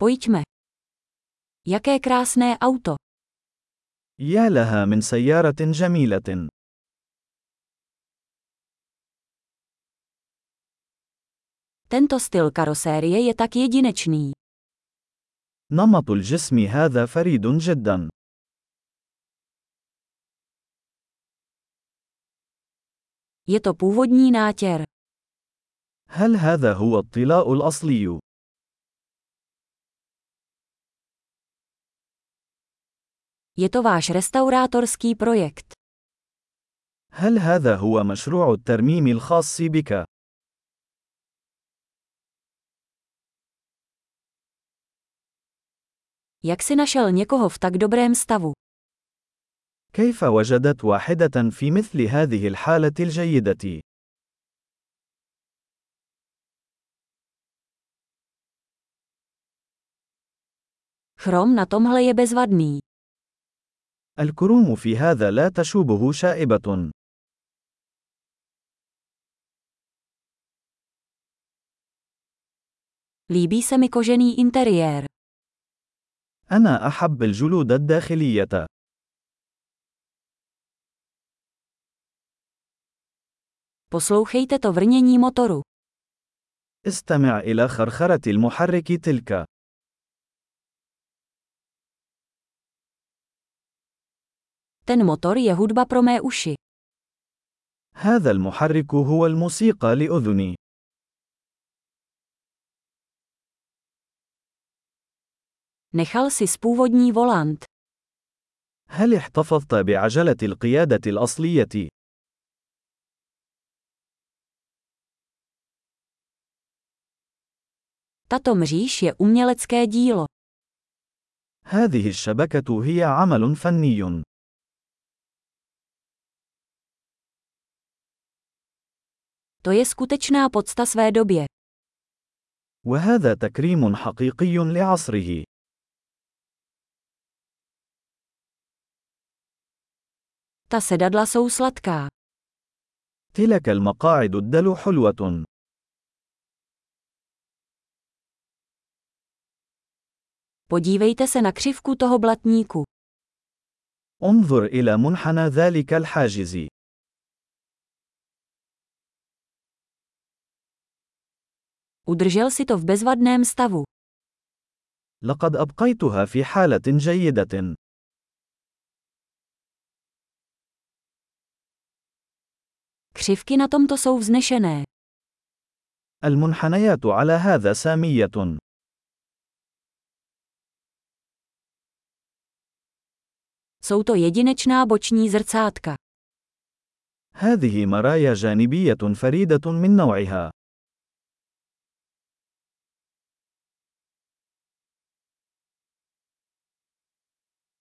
Pojďme. Jaké krásné auto. يا لها من سيارة جميلة. Tento styl karosérie je tak jedinečný. نمط الجسم هذا فريد جدا. Je to původní nátěr. هل هذا هو الطلاء الأصلي؟ Je to váš restaurátorský projekt. هل هذا هو مشروع الترميم الخاص بك؟ Jak si našel někoho v tak dobrém stavu? كيف وجدت واحدة في مثل هذه الحالة الجيدة؟ Chrom na tomhle je bezvadný. الكروم في هذا لا تشوبه شائبة. Líbí se mi kožený interiér. أنا أحب الجلود الداخلية. Poslouchejte to vrnění motoru. استمع إلى خرخرة المحرك تلك. Ten motor je hudba pro mé uši. هذا المحرك هو الموسيقى لأذني. Nechal si původní volant. هل احتفظت بعجلة القيادة الأصلية؟ Tato mříž je umělecké dílo. هذه الشبكة هي عمل فني. To je skutečná podsta své době. وهذا تكريم حقيقي لعصره. Ta sedadla jsou sladká. تلك المقاعد الدلو حلوة. Podívejte se na křivku toho blatníku. انظر إلى منحنى ذلك الحاجز. Udržel si to v bezvadném stavu. لقد أبقيتها في حالة جيدة. Křivky na tomto jsou vznešené. المنحنيات على هذا سامية. Jsou to jedinečná boční zrcátka. هذه مرايا جانبية فريدة من نوعها.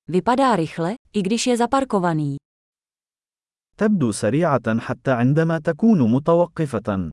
Vypadá rychle, i když je zaparkovaný. تبدو سريعة حتى عندما تكون متوقفة.